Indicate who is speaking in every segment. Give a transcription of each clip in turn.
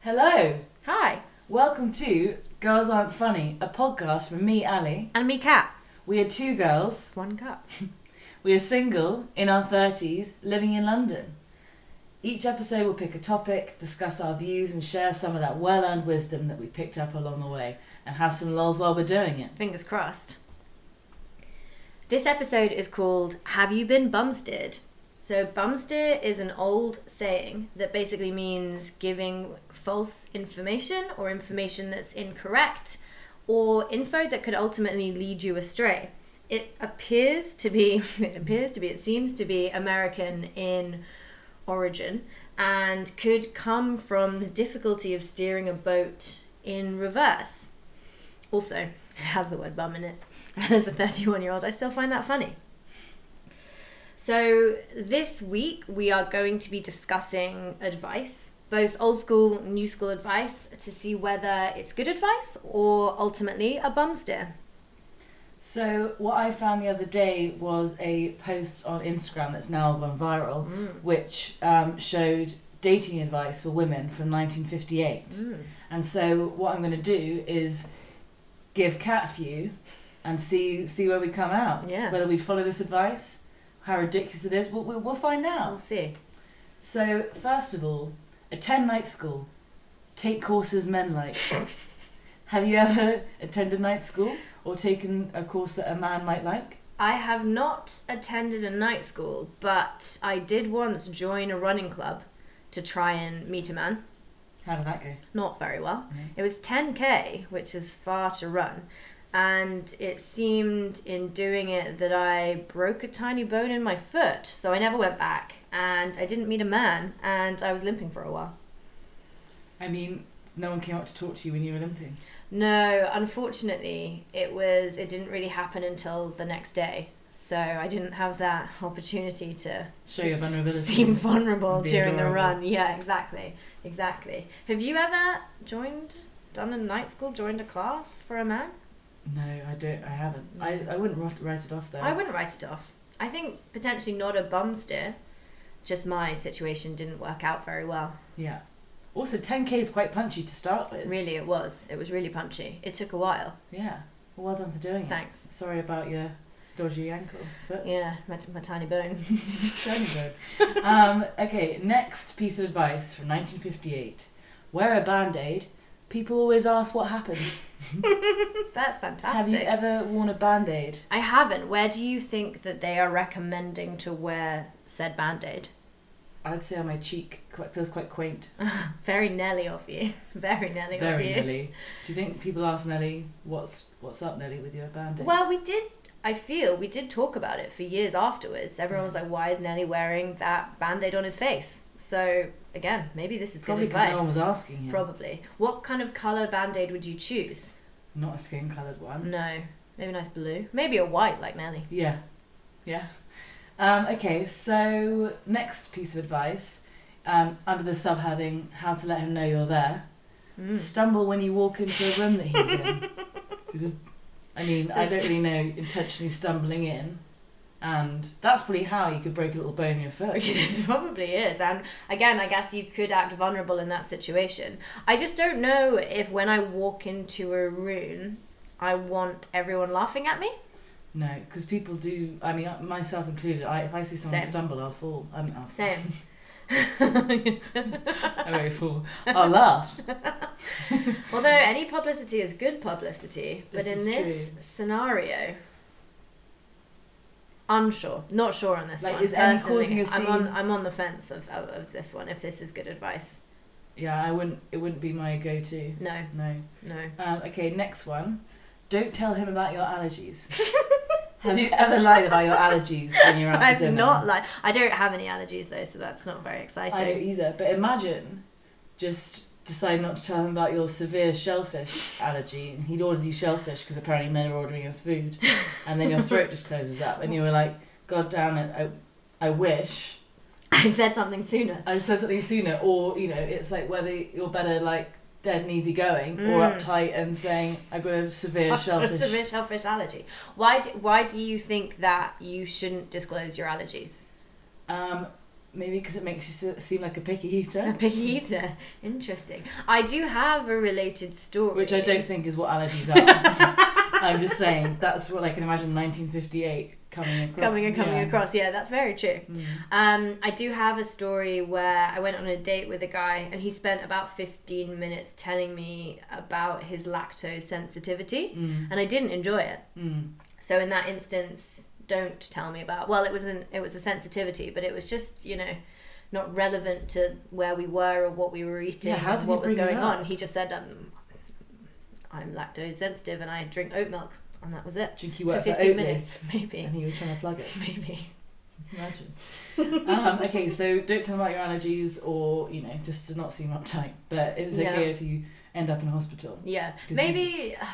Speaker 1: Hello,
Speaker 2: Hi,
Speaker 1: welcome to Girls Aren't Funny, a podcast from me, Ali.
Speaker 2: and me, Cat.
Speaker 1: We are two girls.
Speaker 2: One cup.
Speaker 1: We are single, in our 30s, living in London. Each episode, we'll pick a topic, discuss our views, and share some of that well earned wisdom that we picked up along the way, and have some lols while we're doing it.
Speaker 2: Fingers crossed. This episode is called Have You Been Bumsteered? So, bumsteer is an old saying that basically means giving false information or information that's incorrect or info that could ultimately lead you astray. It appears to be, it appears to be, it seems to be American in origin and could come from the difficulty of steering a boat in reverse. Also, it has the word bum in it. And as a 31 year old, I still find that funny. So, this week we are going to be discussing advice, both old school, new school advice, to see whether it's good advice or ultimately a bumster.
Speaker 1: So, what I found the other day was a post on Instagram that's now gone viral, which um, showed dating advice for women from 1958. And so what I'm going to do is give Cat a few and see see where we come out.
Speaker 2: Yeah.
Speaker 1: Whether we follow this advice, how ridiculous it is, we'll, we'll, we'll find
Speaker 2: I'll
Speaker 1: out.
Speaker 2: see.
Speaker 1: So first of all, attend night school. Take courses men like. Have you ever attended night school or taken a course that a man might like?
Speaker 2: I have not attended a night school, but I did once join a running club to try and meet a man.
Speaker 1: How did that go?
Speaker 2: not very well.
Speaker 1: No.
Speaker 2: It was 10k, which is far to run. And it seemed in doing it that I broke a tiny bone in my foot, so I never went back. And I didn't meet a man, and I was limping for a while.
Speaker 1: I mean, no one came up to talk to you when you were limping.
Speaker 2: No, unfortunately, it was it didn't really happen until the next day. So I didn't have that opportunity to
Speaker 1: Show your vulnerability.
Speaker 2: seem vulnerable
Speaker 1: Be
Speaker 2: during the
Speaker 1: adorable.
Speaker 2: run. Yeah, exactly. Exactly. Have you ever joined done a night school, joined a class for a man?
Speaker 1: No, I don't. I haven't. I, I wouldn't write- write it off though.
Speaker 2: I wouldn't write it off. I think potentially not a bum steer. Just my situation didn't work out very well.
Speaker 1: Yeah. Also, 10k is quite punchy to start with.
Speaker 2: Really, it was. It was really punchy. It took a while.
Speaker 1: Yeah. Well, well done for doing it.
Speaker 2: Thanks.
Speaker 1: Sorry about your dodgy ankle foot.
Speaker 2: Yeah, my, my tiny bone.
Speaker 1: Tiny bit. um, okay, next piece of advice from 1958 wear a band aid. People always ask what happened.
Speaker 2: That's
Speaker 1: Have
Speaker 2: fantastic.
Speaker 1: you ever worn a band aid?
Speaker 2: I haven't. Where do you think that they are recommending to wear said band aid?
Speaker 1: I'd say on my cheek. Quite, feels quite quaint.
Speaker 2: Very Nelly of you. Very Nelly of
Speaker 1: Very
Speaker 2: you.
Speaker 1: Nelly. Do you think people ask Nelly, what's, what's up, Nelly, with your band aid?
Speaker 2: Well, we did. I feel we did talk about it for years afterwards. Everyone
Speaker 1: Mm.
Speaker 2: was like, "Why is Nelly wearing that band-aid on his face?" So again, maybe this is
Speaker 1: Probably
Speaker 2: good
Speaker 1: because
Speaker 2: advice.
Speaker 1: no one was asking him.
Speaker 2: Probably. What kind of color band aid would you choose?
Speaker 1: Not a skin coloured one.
Speaker 2: No, maybe a nice blue. Maybe a white like Nelly.
Speaker 1: Yeah, yeah. Um, okay, so next piece of advice um, under the subheading How to Let Him Know You're There
Speaker 2: Mm.
Speaker 1: stumble when you walk into a room that he's in. so just, I mean, I don't
Speaker 2: Just-
Speaker 1: really know intentionally stumbling in. And that's probably how you could break a little bone in your foot.
Speaker 2: it probably is. And again, I guess you could act vulnerable in that situation. I just don't know if when I walk into a room, I want everyone laughing at me.
Speaker 1: No, because people do. I mean, uh, myself included. I, if I see someone
Speaker 2: Same.
Speaker 1: stumble, I'll fall. I'm I'll,
Speaker 2: Same.
Speaker 1: I won't fall. I'll laugh.
Speaker 2: Although any publicity is good publicity, but
Speaker 1: This
Speaker 2: in
Speaker 1: is
Speaker 2: this scenario, unsure, not sure on this
Speaker 1: Like,
Speaker 2: one.
Speaker 1: is Annie
Speaker 2: personally.
Speaker 1: causing a
Speaker 2: I'm on
Speaker 1: scene?
Speaker 2: I'm on the fence of, of, of this one. If this is good advice,
Speaker 1: Yeah, I wouldn't. It wouldn't be my go-to.
Speaker 2: no,
Speaker 1: No.
Speaker 2: no.
Speaker 1: Um, okay, next one. Don't tell him about your allergies. Have you ever lied about your allergies when you're out for
Speaker 2: I've
Speaker 1: dinner?
Speaker 2: not like I don't have any allergies though, so that's not very
Speaker 1: I don't
Speaker 2: exciting.
Speaker 1: either. But imagine just deciding not to tell him about your severe shellfish allergy. and He'd ordered you shellfish because apparently men are ordering us food, and then your throat just closes up, and you were like, "God damn it! I, I wish
Speaker 2: I said something sooner.
Speaker 1: I said something sooner." Or you know, it's like whether you're better like dead and easy going or
Speaker 2: Mm.
Speaker 1: uptight and saying, "I've got a severe
Speaker 2: It's a
Speaker 1: shellfish."
Speaker 2: bit shellfish allergy. Why do, why do you think that you shouldn't disclose your allergies?
Speaker 1: Um, Maybe because it makes you se- seem like a picky
Speaker 2: A
Speaker 1: eater,
Speaker 2: big eater. Interesting. I do have a related story.
Speaker 1: which I don't think is what allergies are. I'm just saying that's what I can imagine 1958 coming across.
Speaker 2: coming and coming
Speaker 1: yeah.
Speaker 2: across. Yeah, that's very true.
Speaker 1: Mm.
Speaker 2: Um, I do have a story where I went on a date with a guy and he spent about 15 minutes telling me about his lactose sensitivity
Speaker 1: Mm.
Speaker 2: and I didn't enjoy it.
Speaker 1: Mm.
Speaker 2: So in that instance, don't tell me about. Well, it was an it was a sensitivity, but it was just, you know, not relevant to where we were or what we were eating
Speaker 1: Yeah, how
Speaker 2: or
Speaker 1: did he
Speaker 2: what was
Speaker 1: bring it
Speaker 2: going
Speaker 1: up?
Speaker 2: on. He just said um, I'm lactose sensitive and I drink oat milk and that was it.
Speaker 1: Jinky
Speaker 2: For
Speaker 1: worked
Speaker 2: 15 minutes, maybe.
Speaker 1: and he was trying to plug it.
Speaker 2: Maybe.
Speaker 1: Imagine. um, okay, so don't tell about your allergies, or you know, just to not seem uptight. But it was
Speaker 2: Yeah.
Speaker 1: okay if you end up in hospital.
Speaker 2: Yeah,
Speaker 1: 'Cause
Speaker 2: maybe uh,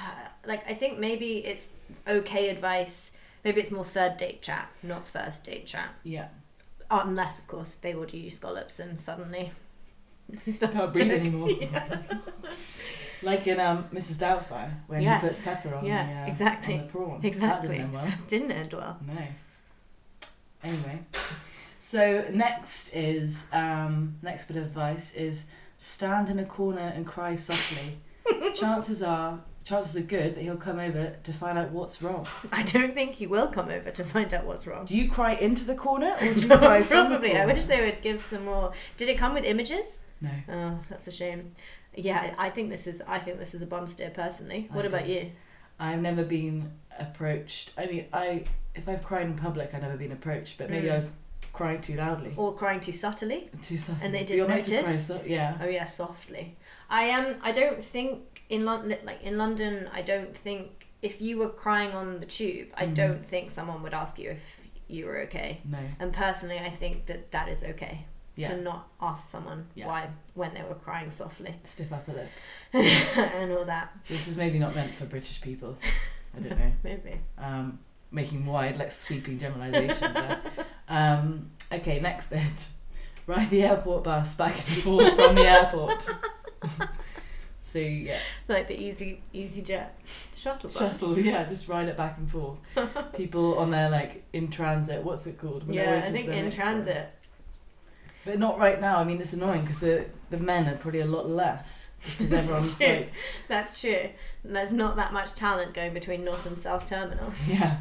Speaker 2: like I think maybe it's okay advice. Maybe it's more third date chat, not first date chat.
Speaker 1: Yeah,
Speaker 2: Unless of course they order you scallops and suddenly you
Speaker 1: I
Speaker 2: start to
Speaker 1: can't breathe
Speaker 2: choke.
Speaker 1: anymore. like in um, Mrs. Doubtfire when
Speaker 2: Yes.
Speaker 1: he puts pepper on
Speaker 2: Yeah,
Speaker 1: the uh,
Speaker 2: exactly.
Speaker 1: on the prawn. That
Speaker 2: Exactly.
Speaker 1: didn't end well.
Speaker 2: Didn't end well.
Speaker 1: No. Anyway, so next is um, next bit of advice is stand in a corner and cry softly. chances are, chances are good that he'll come over to find out what's wrong.
Speaker 2: I don't think he will come over to find out what's wrong.
Speaker 1: Do you cry into the corner or do you cry from the
Speaker 2: Probably. I
Speaker 1: corner?
Speaker 2: wish they would give some more. Did it come with images?
Speaker 1: No.
Speaker 2: Oh, that's a shame. Yeah, I I think this is. I think this is a bum steer personally.
Speaker 1: I
Speaker 2: What about
Speaker 1: do.
Speaker 2: you?
Speaker 1: I've never been approached. I mean, I if I've cried in public, I've never been approached, but maybe
Speaker 2: Mm.
Speaker 1: I was crying too loudly.
Speaker 2: Or crying too subtly?
Speaker 1: Too softly.
Speaker 2: they
Speaker 1: But
Speaker 2: didn't
Speaker 1: You're meant to
Speaker 2: notice?
Speaker 1: cry so- yeah.
Speaker 2: Oh yeah, softly. I Um, I don't think in London, like in London, I don't think if you were crying on the tube, I
Speaker 1: Mhm.
Speaker 2: don't think someone would ask you if you were okay.
Speaker 1: No.
Speaker 2: And personally, I think that that is okay
Speaker 1: Yeah.
Speaker 2: to not ask someone
Speaker 1: Yeah.
Speaker 2: why when they were crying softly
Speaker 1: Stiff upper lip.
Speaker 2: and all that.
Speaker 1: This is maybe not meant for British people. I don't know.
Speaker 2: Maybe.
Speaker 1: Um, making wide, like sweeping generalisation there. Um, okay, next bit. Ride the airport bus back and forth from the airport. so yeah,
Speaker 2: like the easy easy jet shuttle bus.
Speaker 1: shuttle. Yeah, just ride it back and forth. People on their like in transit. What's it called? When they're
Speaker 2: yeah,
Speaker 1: waiting
Speaker 2: I
Speaker 1: for
Speaker 2: think
Speaker 1: their
Speaker 2: in
Speaker 1: next one.
Speaker 2: transit.
Speaker 1: But not right now. I mean, it's annoying because the the men are probably a lot less because
Speaker 2: That's
Speaker 1: everyone's
Speaker 2: true.
Speaker 1: like,
Speaker 2: That's true. There's not that much talent going between North and South Terminal.
Speaker 1: yeah.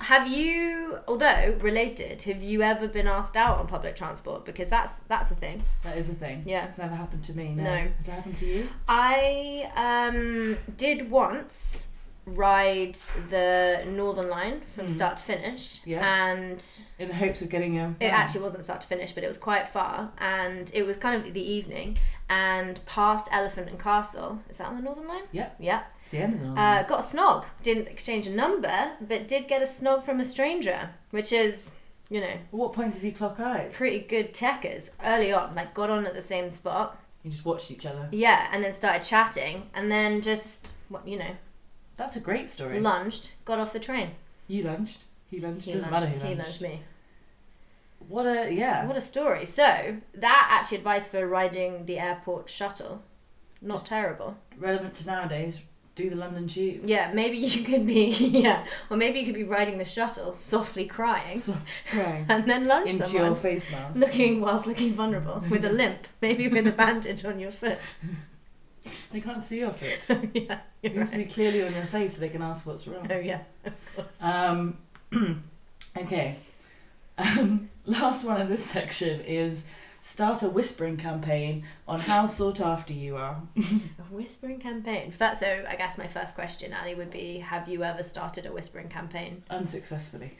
Speaker 2: Have you, although related, have you ever been asked out on public transport? Because that's that's a thing.
Speaker 1: That is a thing.
Speaker 2: Yeah.
Speaker 1: It's never happened to me. No.
Speaker 2: No.
Speaker 1: Has it happened to you?
Speaker 2: I um, did once ride the Northern Line from
Speaker 1: Mhm.
Speaker 2: start to finish,
Speaker 1: Yeah.
Speaker 2: and
Speaker 1: In hopes of getting a. oh,
Speaker 2: It actually wasn't start to finish, but it was quite far, and it was kind of the evening, and past Elephant and Castle. Is that on the Northern Line?
Speaker 1: Yep.
Speaker 2: Yeah.
Speaker 1: It's the end of the line.
Speaker 2: Uh, got a snog. Didn't exchange a number, but did get a snog from a stranger, which is, you know,
Speaker 1: At what point did he clock eyes?
Speaker 2: pretty good techers early on. Like got on at the same spot.
Speaker 1: You just watched each other.
Speaker 2: Yeah, and then started chatting, and then just what you know,
Speaker 1: That's a great story.
Speaker 2: lunged, got off the train.
Speaker 1: you lunged. He lunged.
Speaker 2: He
Speaker 1: Doesn't matter
Speaker 2: lunged-
Speaker 1: who
Speaker 2: He
Speaker 1: lunged.
Speaker 2: lunged me.
Speaker 1: What a yeah.
Speaker 2: What a story. So that actually advice for riding the airport shuttle, not
Speaker 1: Just-
Speaker 2: terrible.
Speaker 1: Relevant to nowadays. Do the London tube.
Speaker 2: Yeah, maybe you could be yeah, or maybe you could be riding the shuttle, softly crying,
Speaker 1: So, crying
Speaker 2: and then lunge
Speaker 1: into
Speaker 2: someone,
Speaker 1: your face mask.
Speaker 2: looking whilst looking vulnerable with a limp, maybe with a bandage on your foot.
Speaker 1: They can't see your foot.
Speaker 2: yeah,
Speaker 1: It
Speaker 2: you're
Speaker 1: needs to
Speaker 2: right.
Speaker 1: be clearly on your face so they can ask what's wrong.
Speaker 2: Oh yeah.
Speaker 1: Um, okay. Um, last one in this section is start a whispering campaign on how sought after you are.
Speaker 2: A whispering campaign. First, so I guess my first question, Ali, would be: Have you ever started a whispering campaign?
Speaker 1: Unsuccessfully.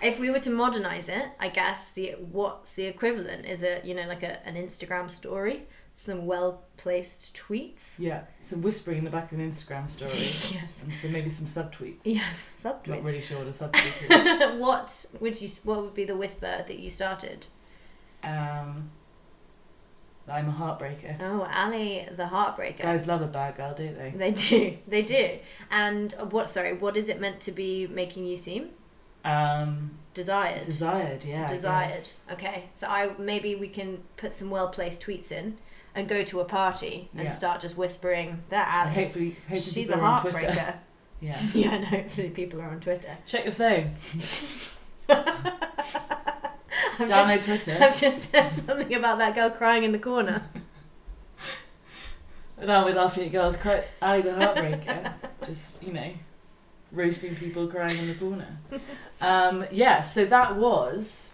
Speaker 2: if we were to modernize it, I guess the what's the equivalent? Is it you know like a, an Instagram story, some well placed tweets?
Speaker 1: Yeah. Some whispering in the back of an Instagram story.
Speaker 2: yes.
Speaker 1: and so maybe some subtweets.
Speaker 2: Yes.
Speaker 1: Not
Speaker 2: Subtweets.
Speaker 1: really sure what a subtweet is.
Speaker 2: what would you? What would be the whisper that you started?
Speaker 1: Um, I'm a heartbreaker.
Speaker 2: Oh, Ali, the heartbreaker.
Speaker 1: Guys love a bad girl, don't they?
Speaker 2: They do. They do. And what? Sorry. What is it meant to be making you seem?
Speaker 1: Um,
Speaker 2: Desired.
Speaker 1: desired, yeah. I
Speaker 2: desired.
Speaker 1: guess.
Speaker 2: Okay, so I maybe we can put some well placed tweets in and go to a party and
Speaker 1: Yeah.
Speaker 2: start just whispering that
Speaker 1: And
Speaker 2: Ali.
Speaker 1: hopefully, hopefully
Speaker 2: She's a
Speaker 1: people are on Twitter.
Speaker 2: heartbreaker.
Speaker 1: Yeah.
Speaker 2: yeah, and hopefully people are on Twitter.
Speaker 1: Check your phone.
Speaker 2: I'm
Speaker 1: Down
Speaker 2: just,
Speaker 1: on Twitter.
Speaker 2: I've just said something about that girl crying in the corner.
Speaker 1: No, we're laughing at girls quite Ali the Heartbreaker. just, you know, roasting people crying in the corner. Um, yeah, so that was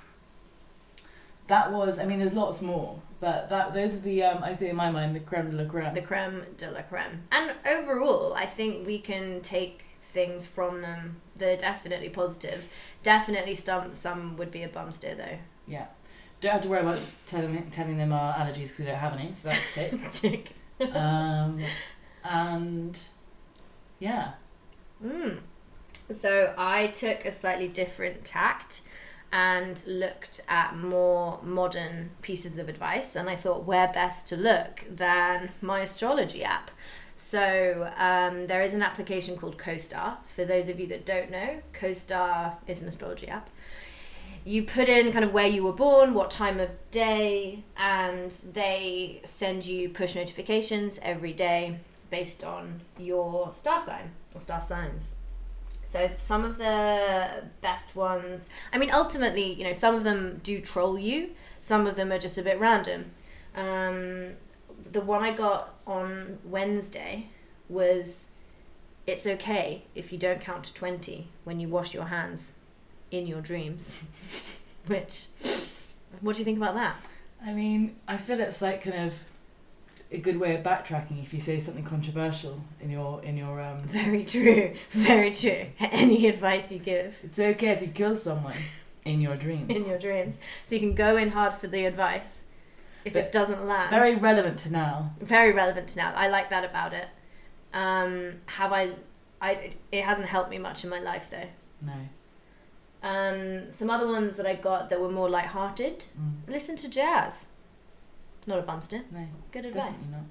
Speaker 1: that was I mean there's lots more, but that those are the um, I think in my mind the creme de la creme.
Speaker 2: The creme de la creme. And overall, I think we can take things from them that are definitely positive. Definitely some, some would be a bumster though.
Speaker 1: don't have to worry about telling telling them our allergies because we don't have any, so that's tick.
Speaker 2: Tick.
Speaker 1: um, and yeah,
Speaker 2: Mm. So I took a slightly different tact and looked at more modern pieces of advice, and I thought where best to look than my astrology app. So um, there is an application called CoStar. For those of you that don't know, CoStar is an astrology app. You put in kind of where you were born, what time of day, and they send you push notifications every day based on your star sign or star signs. So some of the best ones, I mean, ultimately, you know, some of them do troll you. Some of them are just a bit random. Um, the one I got on Wednesday was, "It's okay if you don't count to twenty when you wash your hands in your dreams." Which, what do you think about that?
Speaker 1: I mean I feel it's like kind of a good way of backtracking if you say something controversial in your in your um,
Speaker 2: Very true. Very true. Any advice you give.
Speaker 1: It's okay if you kill someone in your dreams.
Speaker 2: in your dreams. So you can go in hard for the advice if
Speaker 1: But
Speaker 2: it doesn't land.
Speaker 1: Very relevant to now.
Speaker 2: very relevant to now. I like that about it. Um, have I, I? It hasn't helped me much in my life though.
Speaker 1: No.
Speaker 2: Um, some other ones that I got that were more light-hearted.
Speaker 1: Mm.
Speaker 2: Listen to jazz. Not a bumster.
Speaker 1: No.
Speaker 2: Good advice.
Speaker 1: Definitely not.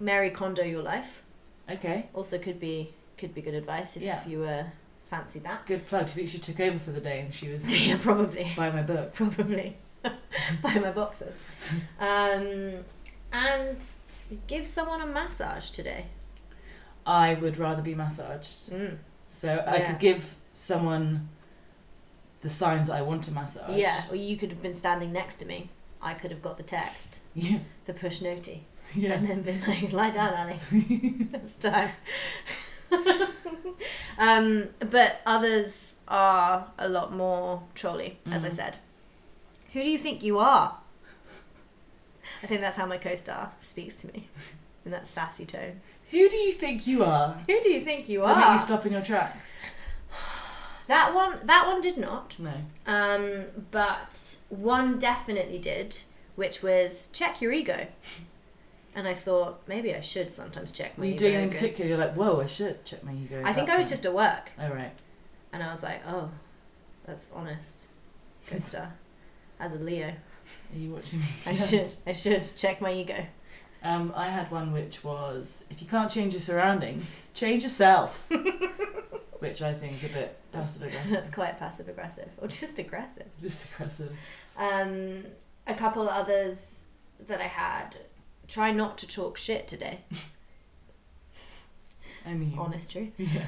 Speaker 2: Mary Kondo your life.
Speaker 1: Okay.
Speaker 2: Also could be could be good advice if
Speaker 1: Yeah.
Speaker 2: you uh, fancy that.
Speaker 1: Good plug. Do you think she took over for the day and she was
Speaker 2: yeah, probably.
Speaker 1: by my book?
Speaker 2: probably buy my boxes um, and give someone a massage today
Speaker 1: I would rather be massaged.
Speaker 2: mm.
Speaker 1: So I
Speaker 2: Yeah.
Speaker 1: could give someone the signs I want to massage.
Speaker 2: yeah or you could have been standing next to me i could have got the text
Speaker 1: Yeah.
Speaker 2: the push noti
Speaker 1: Yeah.
Speaker 2: and then been like lie down ali it's time um, but others are a lot more trolley as i
Speaker 1: Mhm.
Speaker 2: said who do you think you are i think that's how my co-star speaks to me in that sassy tone
Speaker 1: Who do you think you are?
Speaker 2: who do you think you
Speaker 1: Does
Speaker 2: are
Speaker 1: that make you stop in your tracks?
Speaker 2: That one, that one did not,
Speaker 1: No.
Speaker 2: um, but one definitely did, which was check your ego. And I thought maybe I should sometimes check my
Speaker 1: Were you
Speaker 2: ego.
Speaker 1: doing anything in
Speaker 2: again.
Speaker 1: particular? You're like, whoa, I should check my ego.
Speaker 2: I think
Speaker 1: that
Speaker 2: I was
Speaker 1: point."
Speaker 2: just at work,
Speaker 1: Oh, right.
Speaker 2: and I was like, oh, that's honest, good star. As a Leo,
Speaker 1: Are you watching me?
Speaker 2: I
Speaker 1: Yeah.
Speaker 2: should, I should check my ego.
Speaker 1: Um, I had one which was if you can't change your surroundings, change yourself. which I think is a bit passive
Speaker 2: That's
Speaker 1: aggressive.
Speaker 2: quite passive aggressive, or just aggressive.
Speaker 1: Just aggressive.
Speaker 2: Um, a couple others that I had. Try not to talk shit today.
Speaker 1: I mean,
Speaker 2: Honest truth.
Speaker 1: yeah,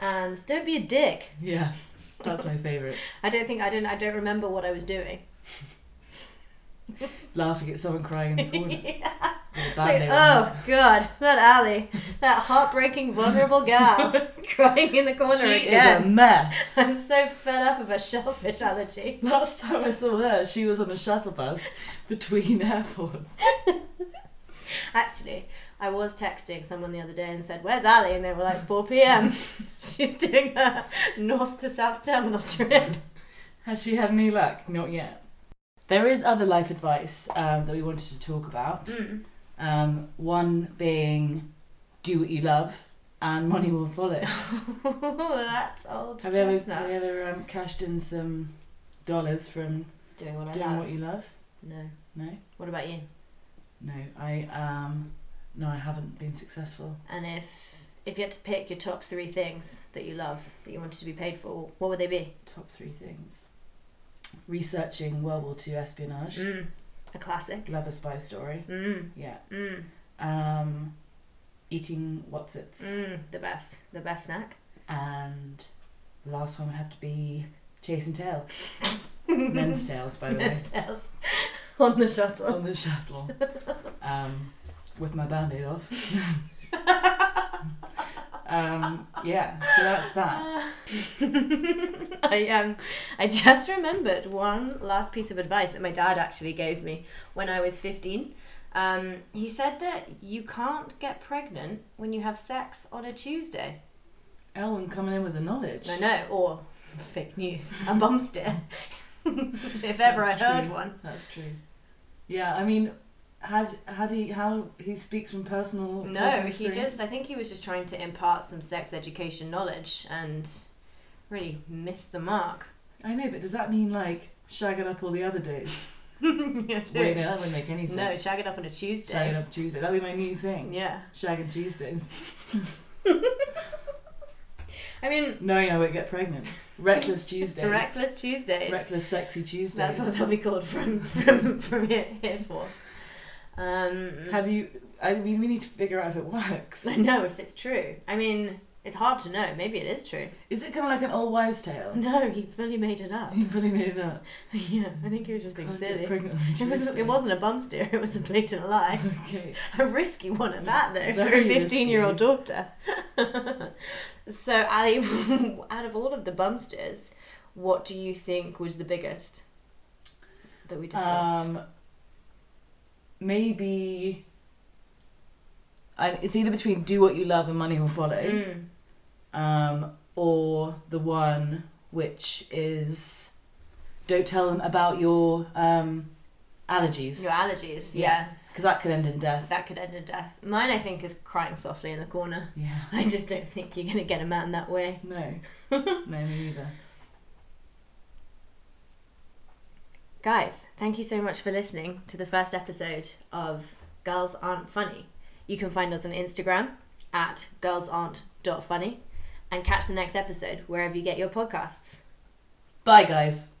Speaker 2: And don't be a dick.
Speaker 1: yeah. That's my favourite.
Speaker 2: I don't think I don't I don't remember what I was doing.
Speaker 1: Laughing at someone crying in the corner. With a bad
Speaker 2: Like,
Speaker 1: name on
Speaker 2: oh god, that alley, that heartbreaking vulnerable gal crying in the corner
Speaker 1: her. she is a
Speaker 2: again.
Speaker 1: mess.
Speaker 2: I'm so fed up of a shellfish allergy.
Speaker 1: Last time I saw her, she was on a shuttle bus between airports.
Speaker 2: Actually, I was texting someone the other day and said, "Where's Ali?" and they were like, "4 p.m. She's doing her north to south terminal trip."
Speaker 1: Has she had any luck? Not yet. There is other life advice um, that we wanted to talk about.
Speaker 2: Mm.
Speaker 1: Um, one being do what you love and money will follow.
Speaker 2: That's old.
Speaker 1: Have you ever,
Speaker 2: chestnut.
Speaker 1: have you ever um, cashed in some dollars from
Speaker 2: doing what I
Speaker 1: doing
Speaker 2: love?
Speaker 1: what you love?
Speaker 2: No.
Speaker 1: No?
Speaker 2: What about you?
Speaker 1: No, I um, no, I haven't been successful.
Speaker 2: And if if you had to pick your top three things that you love that you wanted to be paid for, what would they be?
Speaker 1: Top three things: researching World War Two espionage,
Speaker 2: Mm, a classic.
Speaker 1: love a spy story,
Speaker 2: Mm,
Speaker 1: yeah,
Speaker 2: mm,
Speaker 1: um, eating what's its,
Speaker 2: mm, the best. The best snack.
Speaker 1: and the last one would have to be chase and tail. Men's tails, by the way,
Speaker 2: Men's tails on the shuttle.
Speaker 1: on the shuttle, um, with my band-aid off. um, yeah, so that's that.
Speaker 2: I um, I just remembered one last piece of advice that my dad actually gave me when I was fifteen. Um, he said that you can't get pregnant when you have sex on a Tuesday.
Speaker 1: Elwin coming in with the knowledge.
Speaker 2: No, no, or fake news, a bumster. if ever
Speaker 1: That's
Speaker 2: I heard
Speaker 1: true.
Speaker 2: one.
Speaker 1: That's true. Yeah, I mean, had had he how he speaks from personal.
Speaker 2: No,
Speaker 1: personal
Speaker 2: he
Speaker 1: experience?
Speaker 2: just. I think he was just trying to impart some sex education knowledge and really missed the mark.
Speaker 1: I know, but does that mean like shagging up all the other days? Wait, no,
Speaker 2: no,
Speaker 1: that wouldn't make any sense.
Speaker 2: shag it up on a Tuesday.
Speaker 1: shagging up Tuesday. That'll be my new thing.
Speaker 2: Yeah.
Speaker 1: Shagging Tuesdays.
Speaker 2: I mean,
Speaker 1: Knowing I won't get pregnant. Reckless Tuesdays.
Speaker 2: reckless Tuesdays.
Speaker 1: Reckless sexy Tuesdays.
Speaker 2: That's what they'll be called from from from here, here forth. Um,
Speaker 1: Have you? I mean, we need to figure out if it works.
Speaker 2: I know if it's true. I mean, it's hard to know. Maybe it is true.
Speaker 1: Is it kind of like an old wives' tale?
Speaker 2: No, he fully made it up.
Speaker 1: You really made it up.
Speaker 2: yeah, I think he was just being
Speaker 1: Can't get
Speaker 2: silly.
Speaker 1: pregnant on
Speaker 2: It wasn't,
Speaker 1: Tuesday.
Speaker 2: it wasn't a bum steer, it was a blatant lie.
Speaker 1: Okay.
Speaker 2: A risky one at that, though, for
Speaker 1: Very
Speaker 2: a 15 year old daughter. so, Ali, out of all of the bumsters, what do you think was the biggest that we discussed?
Speaker 1: Um, maybe. I, it's either between do what you love and money will follow,
Speaker 2: Mm.
Speaker 1: um, or the one which is don't tell them about your um, allergies
Speaker 2: Your allergies,
Speaker 1: Yeah. because that could end in
Speaker 2: yeah.
Speaker 1: death.
Speaker 2: That could end in death. Mine, I think, is crying softly in the corner.
Speaker 1: Yeah.
Speaker 2: I just don't think you're going to get a man that way.
Speaker 1: No. no, me neither.
Speaker 2: Guys, thank you so much for listening to the first episode of Girls Aren't Funny. You can find us on Instagram at girlsaren't.funny and catch the next episode wherever you get your podcasts.
Speaker 1: Bye, guys.